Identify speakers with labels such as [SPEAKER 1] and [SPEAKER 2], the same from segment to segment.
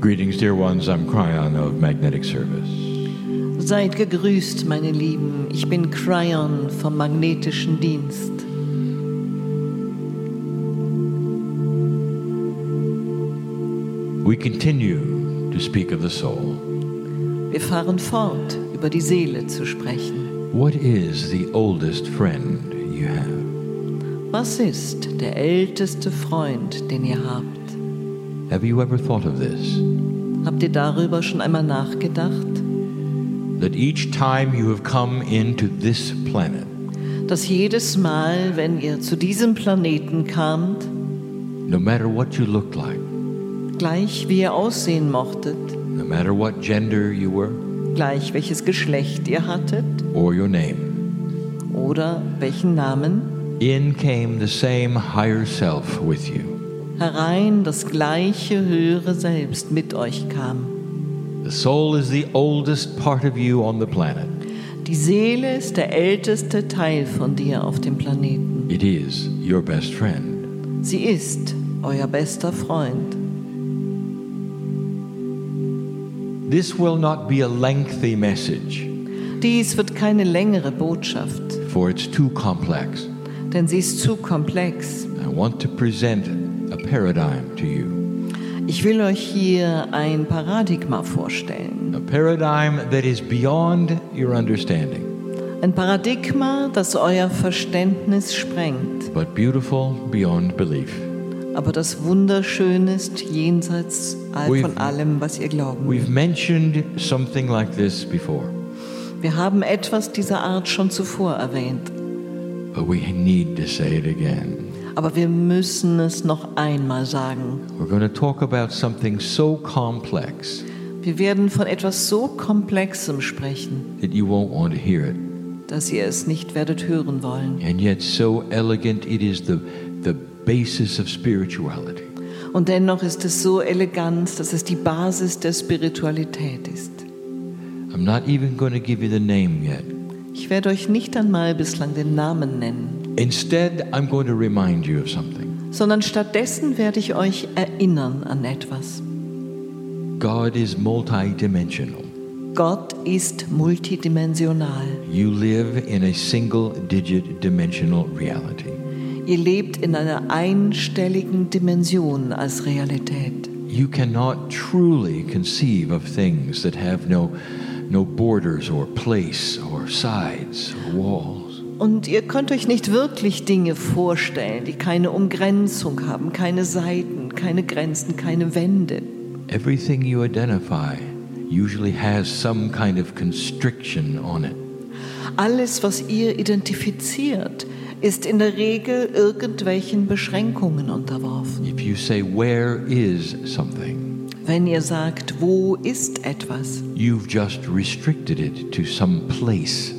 [SPEAKER 1] Greetings, dear ones. I'm Cryon of Magnetic Service.
[SPEAKER 2] Seid gegrüßt, meine Lieben. Ich bin Cryon vom magnetischen Dienst.
[SPEAKER 1] We continue to speak of the soul.
[SPEAKER 2] Wir fahren fort, über die Seele zu sprechen.
[SPEAKER 1] What is the oldest friend you have?
[SPEAKER 2] Was ist der älteste Freund, den ihr habt?
[SPEAKER 1] Have you ever thought of this?
[SPEAKER 2] Habt ihr darüber schon einmal nachgedacht?
[SPEAKER 1] That each time you have come into this planet,
[SPEAKER 2] Dass jedes Mal, wenn ihr zu diesem Planeten kamt,
[SPEAKER 1] no matter what you looked like,
[SPEAKER 2] gleich wie ihr aussehen mochtet,
[SPEAKER 1] no matter what gender you were,
[SPEAKER 2] gleich welches Geschlecht ihr hattet
[SPEAKER 1] or your name,
[SPEAKER 2] oder welchen Namen,
[SPEAKER 1] in came the same higher self with you.
[SPEAKER 2] herein das gleiche höhere Selbst mit euch kam.
[SPEAKER 1] The soul is the oldest part of you on the planet.
[SPEAKER 2] Die Seele ist der älteste Teil von dir auf dem Planeten.
[SPEAKER 1] It is your best friend.
[SPEAKER 2] Sie ist euer bester Freund.
[SPEAKER 1] This will not be a lengthy message,
[SPEAKER 2] Dies wird keine längere Botschaft,
[SPEAKER 1] for it's too complex.
[SPEAKER 2] denn sie ist zu komplex.
[SPEAKER 1] I want to present a paradigm to you,
[SPEAKER 2] Ich will euch hier ein Paradigma vorstellen.
[SPEAKER 1] a paradigm that is beyond your understanding,
[SPEAKER 2] Ein Paradigma, das euer Verständnis sprengt,
[SPEAKER 1] but beautiful beyond belief.
[SPEAKER 2] aber das wunderschön ist jenseits all-
[SPEAKER 1] We've-
[SPEAKER 2] von allem, was ihr glauben.
[SPEAKER 1] We've mentioned something like this before,
[SPEAKER 2] Wir haben etwas dieser Art schon zuvor erwähnt,
[SPEAKER 1] but we need to say it again.
[SPEAKER 2] aber wir müssen es noch einmal sagen.
[SPEAKER 1] We're going to talk about something so complex
[SPEAKER 2] Wir werden von etwas so Komplexem sprechen,
[SPEAKER 1] that you won't want to hear it,
[SPEAKER 2] dass ihr es nicht werdet hören wollen.
[SPEAKER 1] and yet so elegant it is the, the basis of spirituality.
[SPEAKER 2] Und dennoch ist es so elegant, dass es die Basis der Spiritualität ist.
[SPEAKER 1] I'm not even going to give you the name yet.
[SPEAKER 2] Ich werde euch nicht einmal bislang den Namen nennen,
[SPEAKER 1] Instead, I'm going to remind you of something.
[SPEAKER 2] sondern stattdessen werde ich euch erinnern an etwas.
[SPEAKER 1] God is multidimensional.
[SPEAKER 2] Gott ist multidimensional.
[SPEAKER 1] You live in a single digit dimensional reality.
[SPEAKER 2] Ihr lebt in einer einstelligen Dimension als Realität.
[SPEAKER 1] You cannot truly conceive of things that have no, no borders or place or sides or walls.
[SPEAKER 2] Und ihr könnt euch nicht wirklich Dinge vorstellen, die keine Umgrenzung haben, keine Seiten, keine Grenzen, keine Wände.
[SPEAKER 1] Everything you identify usually has some kind of constriction on it.
[SPEAKER 2] Alles, was ihr identifiziert, ist in der Regel irgendwelchen Beschränkungen unterworfen.
[SPEAKER 1] If you say, Where is something?
[SPEAKER 2] Wenn ihr sagt, wo ist etwas,
[SPEAKER 1] you've just restricted it to some place.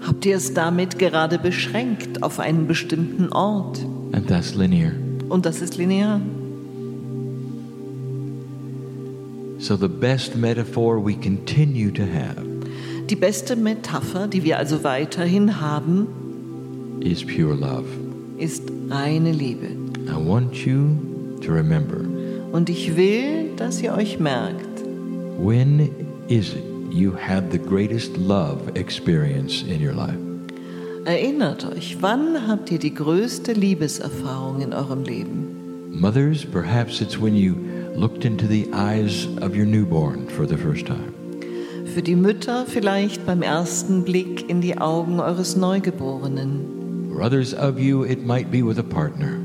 [SPEAKER 2] habt ihr es damit gerade beschränkt auf einen bestimmten Ort.
[SPEAKER 1] And that's linear.
[SPEAKER 2] Und das ist linear.
[SPEAKER 1] So, the best metaphor we continue to have
[SPEAKER 2] Die beste Metapher, die wir also weiterhin haben,
[SPEAKER 1] is pure love.
[SPEAKER 2] ist reine Liebe.
[SPEAKER 1] I want you to remember
[SPEAKER 2] Und ich will, dass ihr euch merkt,
[SPEAKER 1] when is it you had the greatest love experience in your life?
[SPEAKER 2] Erinnert euch, wann habt ihr die größte Liebeserfahrung in eurem Leben?
[SPEAKER 1] Mothers, perhaps it's when you looked into the eyes of your newborn for the first time.
[SPEAKER 2] Für die Mütter vielleicht beim ersten Blick in die Augen eures Neugeborenen.
[SPEAKER 1] For others of you, it might be with a partner.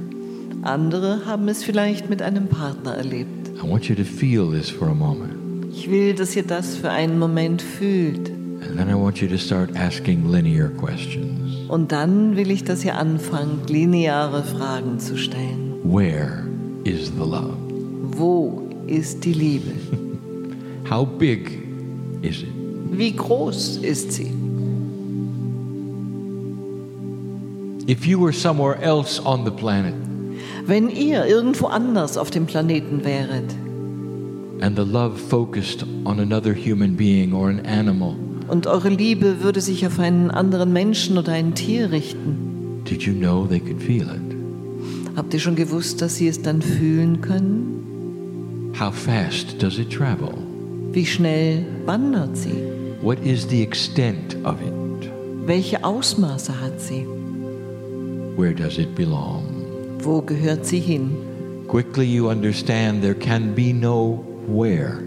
[SPEAKER 2] Andere haben es vielleicht mit einem Partner erlebt.
[SPEAKER 1] I want you to feel this for a moment.
[SPEAKER 2] Ich will, dass ihr das für einen Moment fühlt.
[SPEAKER 1] And then I want you to start asking linear questions.
[SPEAKER 2] Und dann will ich, dass ihr anfangt, lineare Fragen zu stellen.
[SPEAKER 1] Where is the love?
[SPEAKER 2] Wo ist die Liebe?
[SPEAKER 1] How big is it?
[SPEAKER 2] Wie groß ist sie?
[SPEAKER 1] If you were somewhere else on the planet
[SPEAKER 2] Wenn ihr irgendwo anders auf dem Planeten wäret,
[SPEAKER 1] and the love focused on another human being or an animal,
[SPEAKER 2] Und eure Liebe würde sich auf einen anderen Menschen oder ein Tier richten.
[SPEAKER 1] did you know they could feel it?
[SPEAKER 2] Habt ihr schon gewusst, dass sie es dann fühlen können?
[SPEAKER 1] How fast does it travel?
[SPEAKER 2] Wie schnell wandert sie?
[SPEAKER 1] What is the extent of it?
[SPEAKER 2] Welche Ausmaße hat sie?
[SPEAKER 1] Where does it belong?
[SPEAKER 2] Wo gehört sie hin?
[SPEAKER 1] Quickly you understand there can be no where.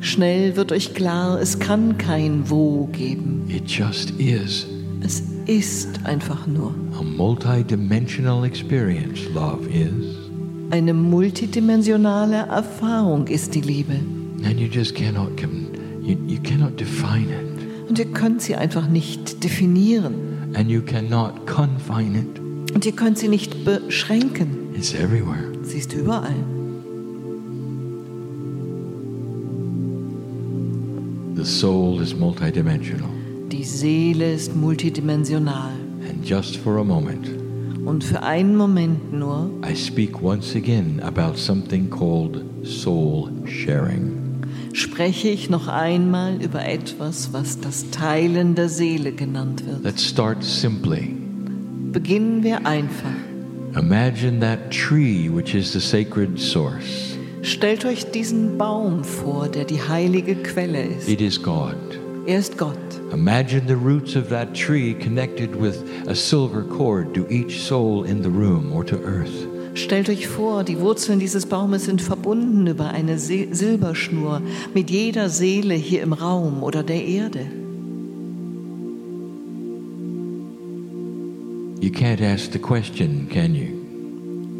[SPEAKER 2] Schnell wird euch klar, es kann kein Wo geben.
[SPEAKER 1] It just is
[SPEAKER 2] Es ist einfach nur
[SPEAKER 1] a multidimensional experience, love is.
[SPEAKER 2] eine multidimensionale Erfahrung ist die Liebe.
[SPEAKER 1] And you just cannot, com- you, you cannot define it.
[SPEAKER 2] Und ihr könnt sie einfach nicht definieren.
[SPEAKER 1] And you cannot confine it.
[SPEAKER 2] Und ihr könnt sie nicht beschränken.
[SPEAKER 1] It's everywhere.
[SPEAKER 2] Sie ist überall.
[SPEAKER 1] The soul is multidimensional.
[SPEAKER 2] Die Seele ist multidimensional.
[SPEAKER 1] And just for a moment,
[SPEAKER 2] Und für einen Moment nur
[SPEAKER 1] I speak once again about something called soul sharing.
[SPEAKER 2] spreche ich noch einmal über etwas, was das Teilen der Seele genannt wird.
[SPEAKER 1] Let's start simply.
[SPEAKER 2] Beginnen wir einfach.
[SPEAKER 1] Imagine that tree, which is the sacred source.
[SPEAKER 2] Stellt euch diesen Baum vor, der die heilige Quelle ist.
[SPEAKER 1] It is God.
[SPEAKER 2] Er ist Gott.
[SPEAKER 1] Imagine the roots of that tree connected with a silver cord to each soul in the room or to earth.
[SPEAKER 2] Stellt euch vor, die Wurzeln dieses Baumes sind verbunden über eine Se Silberschnur mit jeder Seele hier im Raum oder der Erde.
[SPEAKER 1] You can't ask the question, can you?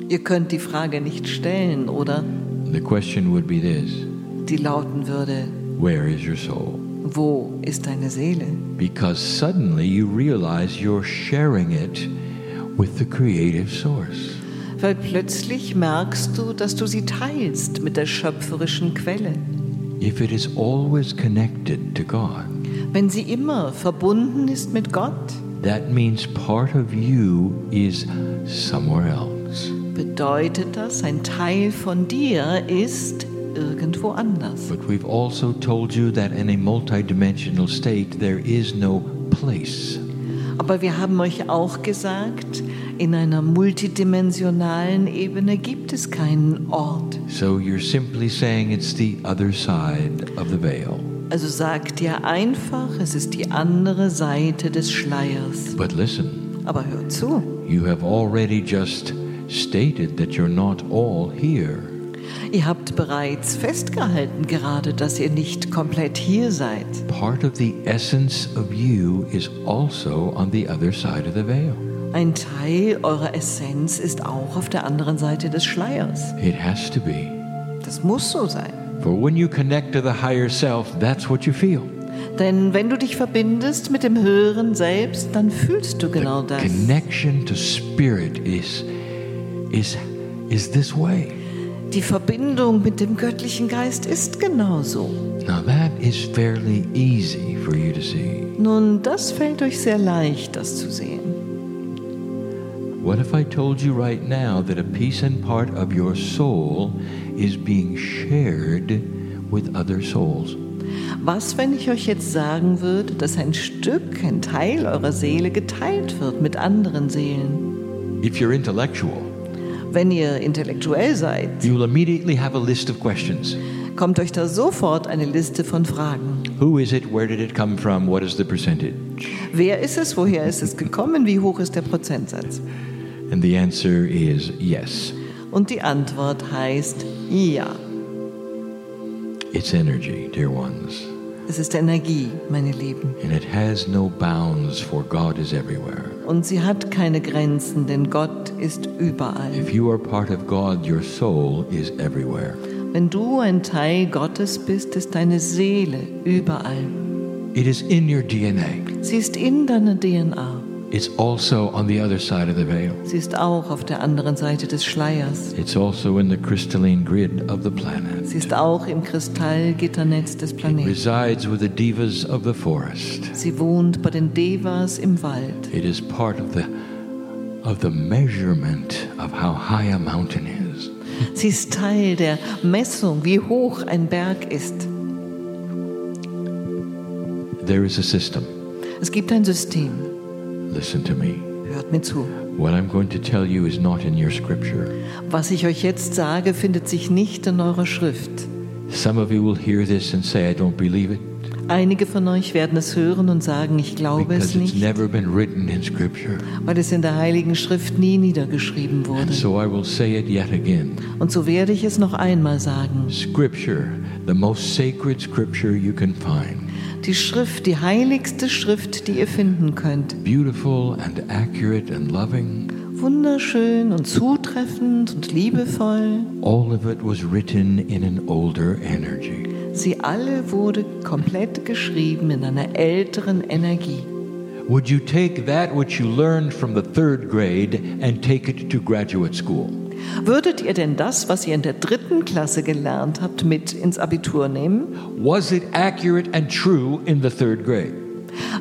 [SPEAKER 2] Ihr könnt die Frage nicht stellen, oder?
[SPEAKER 1] The question would be this
[SPEAKER 2] Die lauten würde,
[SPEAKER 1] Where is your soul?
[SPEAKER 2] wo ist deine Seele?
[SPEAKER 1] Because suddenly you realize you're sharing it with the creative source.
[SPEAKER 2] Weil plötzlich merkst du, dass du sie teilst mit der schöpferischen Quelle.
[SPEAKER 1] If it is always connected to God,
[SPEAKER 2] Wenn sie immer verbunden ist mit Gott,
[SPEAKER 1] that means part of you is somewhere else.
[SPEAKER 2] bedeutet das, ein Teil von dir ist irgendwo anders.
[SPEAKER 1] But we've also told you that in a multidimensional state there is no place.
[SPEAKER 2] Aber wir haben euch auch gesagt, in einer multidimensionalen Ebene gibt es keinen Ort.
[SPEAKER 1] So you're simply saying it's the other side of the veil.
[SPEAKER 2] Also sagt ihr einfach, es ist die andere Seite des Schleiers.
[SPEAKER 1] But listen,
[SPEAKER 2] Aber hört zu,
[SPEAKER 1] you have already just stated that you're not all here,
[SPEAKER 2] ihr habt bereits festgehalten gerade, dass ihr nicht komplett hier seid.
[SPEAKER 1] part of the essence of you is also on the other side of the veil.
[SPEAKER 2] Ein Teil eurer Essenz ist auch auf der anderen Seite des Schleiers.
[SPEAKER 1] It has to be.
[SPEAKER 2] Das muss so sein.
[SPEAKER 1] For when you connect to the higher self, that's what you feel.
[SPEAKER 2] Denn wenn du dich verbindest mit dem höheren Selbst, dann fühlst du
[SPEAKER 1] Äh,
[SPEAKER 2] genau das.
[SPEAKER 1] Connection to spirit is is is this way.
[SPEAKER 2] Die Verbindung mit dem göttlichen Geist ist genau so.
[SPEAKER 1] Now that is fairly easy for you to see.
[SPEAKER 2] Nun, das fällt euch sehr leicht, das zu sehen.
[SPEAKER 1] What if I told you right now that a piece and part of your soul is being shared with other souls?
[SPEAKER 2] Was, wenn ich euch jetzt sagen würde, dass ein Stück, ein Teil eurer Seele geteilt wird mit anderen Seelen?
[SPEAKER 1] If you're intellectual,
[SPEAKER 2] Wenn ihr intellektuell seid,
[SPEAKER 1] you'll immediately have a list of questions.
[SPEAKER 2] kommt euch da sofort eine Liste von Fragen.
[SPEAKER 1] Who is it? Where did it come from? What is the percentage?
[SPEAKER 2] Wer ist es? Woher ist es gekommen? Wie hoch ist der Prozentsatz?
[SPEAKER 1] And the answer is yes.
[SPEAKER 2] Und die Antwort heißt ja.
[SPEAKER 1] It's energy, dear ones.
[SPEAKER 2] Es ist Energie, meine Lieben.
[SPEAKER 1] And it has no bounds, for God is everywhere.
[SPEAKER 2] Und sie hat keine Grenzen, denn Gott ist überall.
[SPEAKER 1] If you are part of God, your soul is everywhere.
[SPEAKER 2] Wenn du ein Teil Gottes bist, ist deine Seele überall.
[SPEAKER 1] It is in your DNA.
[SPEAKER 2] Sie ist in deiner DNA.
[SPEAKER 1] It's also on the other side of the veil.
[SPEAKER 2] Sie ist auch auf der anderen Seite des Schleiers.
[SPEAKER 1] It's also in the crystalline grid of the planet.
[SPEAKER 2] Sie ist auch im Kristallgitternetz des
[SPEAKER 1] It
[SPEAKER 2] Planeten.
[SPEAKER 1] resides with the divas of the forest.
[SPEAKER 2] Sie wohnt bei den Devas im Wald.
[SPEAKER 1] It is part of the of the measurement of how high a mountain is.
[SPEAKER 2] Sie ist Teil der Messung, wie hoch ein Berg ist.
[SPEAKER 1] There is a system.
[SPEAKER 2] Es gibt ein System.
[SPEAKER 1] Listen to me.
[SPEAKER 2] Hört mir zu.
[SPEAKER 1] What I'm going to tell you is not in your scripture.
[SPEAKER 2] Was ich euch jetzt sage, findet sich nicht in eurer Schrift.
[SPEAKER 1] Some of you will hear this and say, I don't believe it,
[SPEAKER 2] Einige von euch werden es hören und sagen, ich glaube
[SPEAKER 1] because
[SPEAKER 2] es
[SPEAKER 1] it's
[SPEAKER 2] nicht,
[SPEAKER 1] never been written in scripture.
[SPEAKER 2] weil es in der Heiligen Schrift nie niedergeschrieben
[SPEAKER 1] And
[SPEAKER 2] wurde.
[SPEAKER 1] so I will say it yet again.
[SPEAKER 2] Und so werde ich es noch einmal sagen.
[SPEAKER 1] Scripture, the most sacred scripture you can find,
[SPEAKER 2] Die Schrift, die heiligste Schrift, die ihr finden könnt.
[SPEAKER 1] beautiful and accurate and loving,
[SPEAKER 2] Wunderschön und zutreffend und liebevoll.
[SPEAKER 1] all of it was written in an older energy.
[SPEAKER 2] Sie alle wurde komplett geschrieben in einer älteren Energie.
[SPEAKER 1] Would you take that which you learned from the third grade and take it to graduate school?
[SPEAKER 2] Würdet ihr denn das, was ihr in der dritten Klasse gelernt habt, mit ins Abitur nehmen?
[SPEAKER 1] Was it accurate and true in the third grade?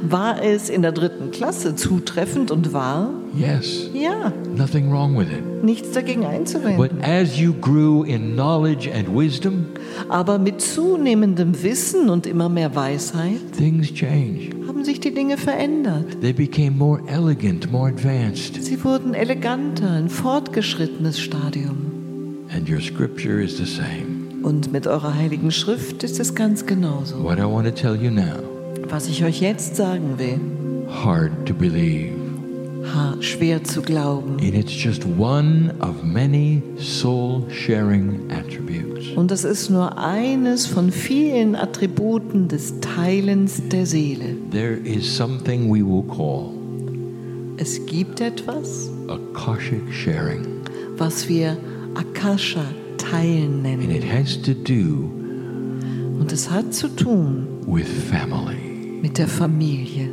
[SPEAKER 2] War es in der dritten Klasse zutreffend und wahr?
[SPEAKER 1] Yes,
[SPEAKER 2] Ja,
[SPEAKER 1] nothing wrong with it.
[SPEAKER 2] nichts dagegen
[SPEAKER 1] But
[SPEAKER 2] einzuwenden.
[SPEAKER 1] as you grew in knowledge and wisdom,
[SPEAKER 2] Aber mit zunehmendem Wissen und immer mehr Weisheit
[SPEAKER 1] things change.
[SPEAKER 2] haben sich die Dinge verändert.
[SPEAKER 1] They became more elegant, more advanced.
[SPEAKER 2] Sie wurden eleganter, ein fortgeschrittenes Stadium.
[SPEAKER 1] And your scripture is the same.
[SPEAKER 2] Und mit eurer heiligen Schrift ist es ganz genauso.
[SPEAKER 1] What I want to tell you now
[SPEAKER 2] Was ich euch jetzt sagen will,
[SPEAKER 1] hard to believe.
[SPEAKER 2] ha, schwer zu glauben.
[SPEAKER 1] And it's just one of many soul sharing attributes.
[SPEAKER 2] Und das ist nur eines von vielen Attributen des Teilens der Seele.
[SPEAKER 1] There is something we will call
[SPEAKER 2] Es gibt etwas,
[SPEAKER 1] Akashic sharing,
[SPEAKER 2] was wir Akasha teilen
[SPEAKER 1] and
[SPEAKER 2] nennen.
[SPEAKER 1] it has to do
[SPEAKER 2] Und es hat zu tun
[SPEAKER 1] with family.
[SPEAKER 2] mit der Familie.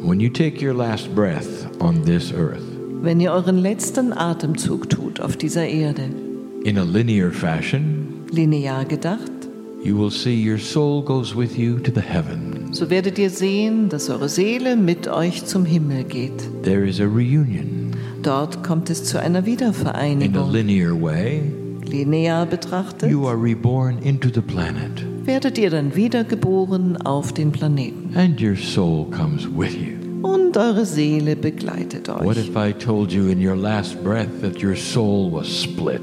[SPEAKER 1] When you take your last breath on this earth,
[SPEAKER 2] Wenn ihr euren letzten Atemzug tut auf dieser Erde,
[SPEAKER 1] in a linear fashion,
[SPEAKER 2] linear gedacht,
[SPEAKER 1] You will see your soul goes with you to the heaven.
[SPEAKER 2] so werdet ihr sehen, dass eure Seele mit euch zum Himmel geht.
[SPEAKER 1] There is a reunion
[SPEAKER 2] Dort kommt es zu einer
[SPEAKER 1] in a
[SPEAKER 2] Wiedervereinigung.
[SPEAKER 1] linear way.
[SPEAKER 2] Linear betrachtet,
[SPEAKER 1] You are reborn into the planet,
[SPEAKER 2] werdet ihr dann wiedergeboren auf den Planeten.
[SPEAKER 1] and your soul comes with you.
[SPEAKER 2] und eure Seele begleitet
[SPEAKER 1] What
[SPEAKER 2] euch.
[SPEAKER 1] if I told you in your last breath that your soul was split?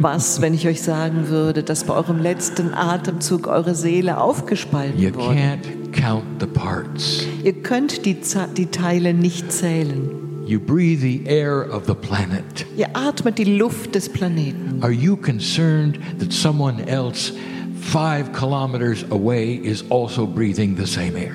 [SPEAKER 2] Was, wenn ich euch sagen würde, dass bei eurem letzten Atemzug eure Seele
[SPEAKER 1] You
[SPEAKER 2] aufgespalten wurde?
[SPEAKER 1] can't count the parts.
[SPEAKER 2] Ihr könnt die, Za- die Teile nicht zählen.
[SPEAKER 1] You breathe the air of the planet.
[SPEAKER 2] Ihr atmet die Luft des Planeten.
[SPEAKER 1] Are you concerned that someone else five kilometers away is also breathing the same air?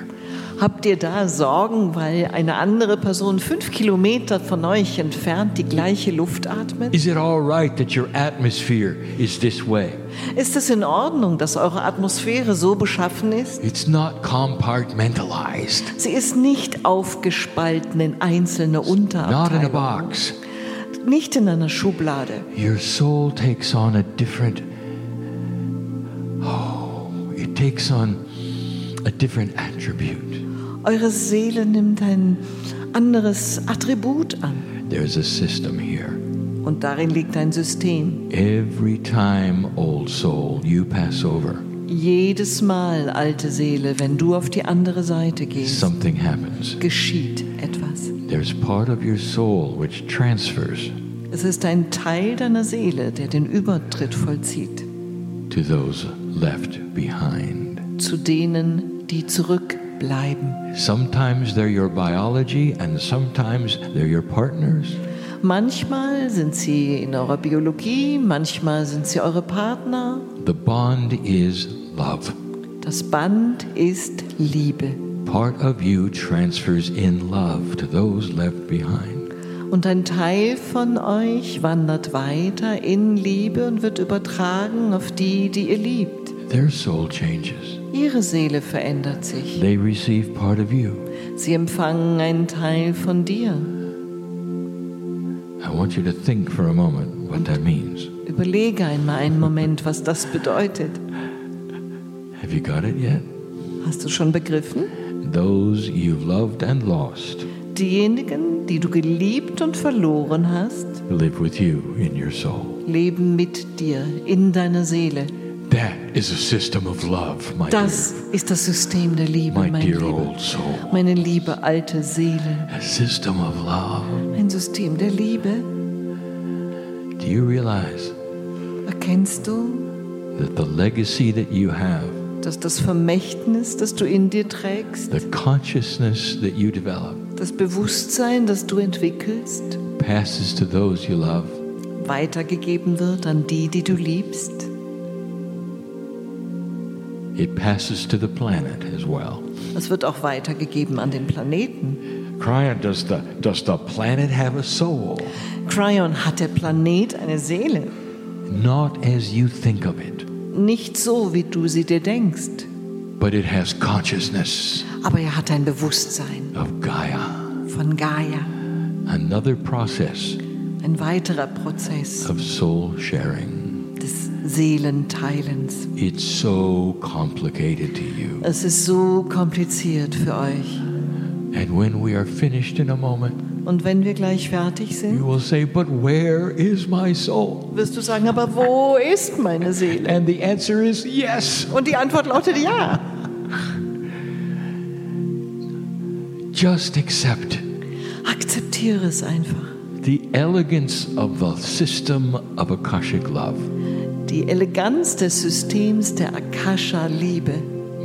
[SPEAKER 2] Habt ihr da Sorgen, weil eine andere Person fünf Kilometer von euch entfernt die gleiche Luft atmet?
[SPEAKER 1] Is it all right that your atmosphere is this way?
[SPEAKER 2] Ist es in Ordnung, dass eure Atmosphäre so beschaffen ist?
[SPEAKER 1] It's not compartmentalized,
[SPEAKER 2] Sie ist nicht aufgespalten in einzelne
[SPEAKER 1] not in a
[SPEAKER 2] Unterabteilungen,
[SPEAKER 1] box.
[SPEAKER 2] nicht in einer Schublade.
[SPEAKER 1] Your soul takes on a different Oh, it takes on a different attribute.
[SPEAKER 2] Eure Seele nimmt ein anderes Attribut an.
[SPEAKER 1] There's a system here.
[SPEAKER 2] Und darin liegt ein System.
[SPEAKER 1] Every time, old soul, you pass over,
[SPEAKER 2] Jedes Mal, alte Seele, wenn du auf die andere Seite gehst,
[SPEAKER 1] something happens.
[SPEAKER 2] geschieht etwas.
[SPEAKER 1] There's part of your soul which transfers
[SPEAKER 2] Es ist ein Teil deiner Seele, der den Übertritt vollzieht
[SPEAKER 1] to those left behind.
[SPEAKER 2] zu denen, die zurückbleiben.
[SPEAKER 1] Sometimes they're your biology and sometimes they're your partners.
[SPEAKER 2] Manchmal sind sie in eurer Biologie, manchmal sind sie eure Partner.
[SPEAKER 1] The bond is love.
[SPEAKER 2] Das Band ist Liebe.
[SPEAKER 1] Part of you transfers in love to those left behind.
[SPEAKER 2] Und ein Teil von euch wandert weiter in Liebe und wird übertragen auf die, die ihr liebt.
[SPEAKER 1] Their soul changes.
[SPEAKER 2] Ihre Seele verändert sich.
[SPEAKER 1] They receive part of you.
[SPEAKER 2] Sie empfangen einen Teil von dir.
[SPEAKER 1] I want you to think for a moment what that means.
[SPEAKER 2] Überlege einmal einen Moment, was das bedeutet.
[SPEAKER 1] Have you got it yet?
[SPEAKER 2] Hast du schon begriffen?
[SPEAKER 1] Those you've loved and lost
[SPEAKER 2] Diejenigen, die du geliebt und verloren hast,
[SPEAKER 1] live with you in your soul.
[SPEAKER 2] leben mit dir in deiner Seele.
[SPEAKER 1] That is a system of love, my
[SPEAKER 2] Das ist das System der
[SPEAKER 1] dear,
[SPEAKER 2] Liebe,
[SPEAKER 1] my
[SPEAKER 2] mein
[SPEAKER 1] dear
[SPEAKER 2] Lieber.
[SPEAKER 1] old soul.
[SPEAKER 2] Meine liebe alte Seele,
[SPEAKER 1] A system of love.
[SPEAKER 2] ein System der Liebe.
[SPEAKER 1] Do you realize
[SPEAKER 2] Erkennst du,
[SPEAKER 1] that the legacy that you have,
[SPEAKER 2] dass das Vermächtnis, das du in dir trägst,
[SPEAKER 1] the consciousness that you develop,
[SPEAKER 2] das Bewusstsein, das du entwickelst,
[SPEAKER 1] passes to those you love?
[SPEAKER 2] weitergegeben wird an die, die du liebst?
[SPEAKER 1] It passes to the planet as well.
[SPEAKER 2] Es wird auch weitergegeben an den Planeten.
[SPEAKER 1] Crying, does the does the planet have a soul?
[SPEAKER 2] Cryon hat der Planet eine Seele.
[SPEAKER 1] Not as you think of it,
[SPEAKER 2] Nicht so, wie du sie dir denkst,
[SPEAKER 1] but it has consciousness
[SPEAKER 2] aber er hat ein Bewusstsein
[SPEAKER 1] of Gaia.
[SPEAKER 2] von Gaia.
[SPEAKER 1] Another process
[SPEAKER 2] Ein weiterer Prozess
[SPEAKER 1] of soul sharing.
[SPEAKER 2] des Seelenteilens.
[SPEAKER 1] It's so complicated to you.
[SPEAKER 2] Es ist so kompliziert für euch.
[SPEAKER 1] And when we are finished in a moment,
[SPEAKER 2] Und wenn wir gleich fertig
[SPEAKER 1] you
[SPEAKER 2] sind,
[SPEAKER 1] will say, But where is my soul?
[SPEAKER 2] wirst du sagen, aber wo ist meine Seele?
[SPEAKER 1] And the answer is yes.
[SPEAKER 2] Und die Antwort lautet ja.
[SPEAKER 1] Just accept
[SPEAKER 2] Akzeptiere es einfach.
[SPEAKER 1] the elegance of the system of Akashic love
[SPEAKER 2] Die Eleganz des Systems der Akasha-Liebe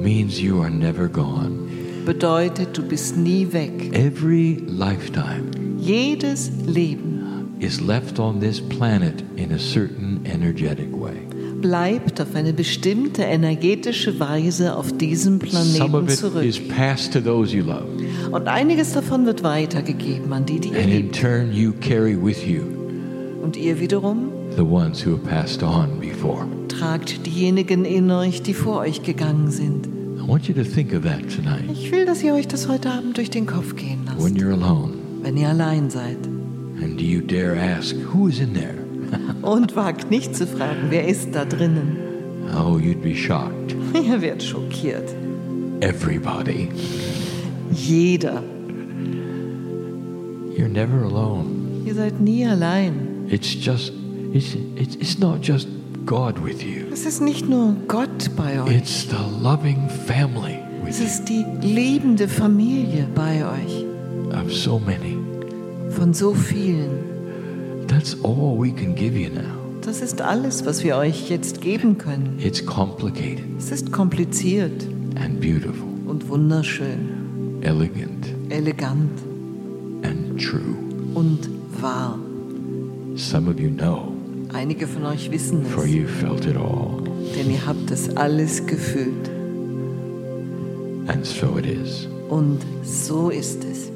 [SPEAKER 1] means you are never gone.
[SPEAKER 2] bedeutet, du bist nie weg.
[SPEAKER 1] Every lifetime
[SPEAKER 2] Jedes Leben
[SPEAKER 1] is left on this planet in a certain energetic way.
[SPEAKER 2] bleibt auf eine bestimmte energetische Weise auf diesem
[SPEAKER 1] Some of
[SPEAKER 2] Planeten
[SPEAKER 1] it
[SPEAKER 2] zurück.
[SPEAKER 1] is passed to those you love.
[SPEAKER 2] Und einiges davon wird weitergegeben an die, die ihr
[SPEAKER 1] And in
[SPEAKER 2] liebt.
[SPEAKER 1] turn, you carry with you
[SPEAKER 2] Und ihr wiederum
[SPEAKER 1] the ones who have passed on before.
[SPEAKER 2] tragt diejenigen in euch, die vor euch gegangen sind.
[SPEAKER 1] I want you to think of that tonight
[SPEAKER 2] Ich will, dass ihr euch das heute Abend durch den Kopf gehen
[SPEAKER 1] when
[SPEAKER 2] lasst,
[SPEAKER 1] you're alone.
[SPEAKER 2] wenn ihr allein seid.
[SPEAKER 1] And do you dare ask, who is in there?
[SPEAKER 2] Und wagt nicht zu fragen, wer ist da drinnen.
[SPEAKER 1] Oh, you'd be shocked.
[SPEAKER 2] Ihr werdet schockiert.
[SPEAKER 1] Everybody.
[SPEAKER 2] Jeder.
[SPEAKER 1] You're never alone.
[SPEAKER 2] Ihr seid nie allein.
[SPEAKER 1] It's just, it's, it's, it's not just God with you,
[SPEAKER 2] Es ist nicht nur Gott bei euch.
[SPEAKER 1] it's the loving family with
[SPEAKER 2] Es
[SPEAKER 1] you
[SPEAKER 2] ist die liebende Familie bei euch.
[SPEAKER 1] of so many.
[SPEAKER 2] Von so vielen.
[SPEAKER 1] That's all we can give you now.
[SPEAKER 2] Das ist alles, was wir euch jetzt geben können.
[SPEAKER 1] It's complicated
[SPEAKER 2] Es ist kompliziert
[SPEAKER 1] and beautiful,
[SPEAKER 2] und wunderschön,
[SPEAKER 1] elegant
[SPEAKER 2] elegant
[SPEAKER 1] and true.
[SPEAKER 2] und wahr.
[SPEAKER 1] Some of you know,
[SPEAKER 2] Einige von euch wissen
[SPEAKER 1] for
[SPEAKER 2] es,
[SPEAKER 1] you felt it all.
[SPEAKER 2] denn ihr habt es alles gefühlt.
[SPEAKER 1] And so it is.
[SPEAKER 2] Und so ist es.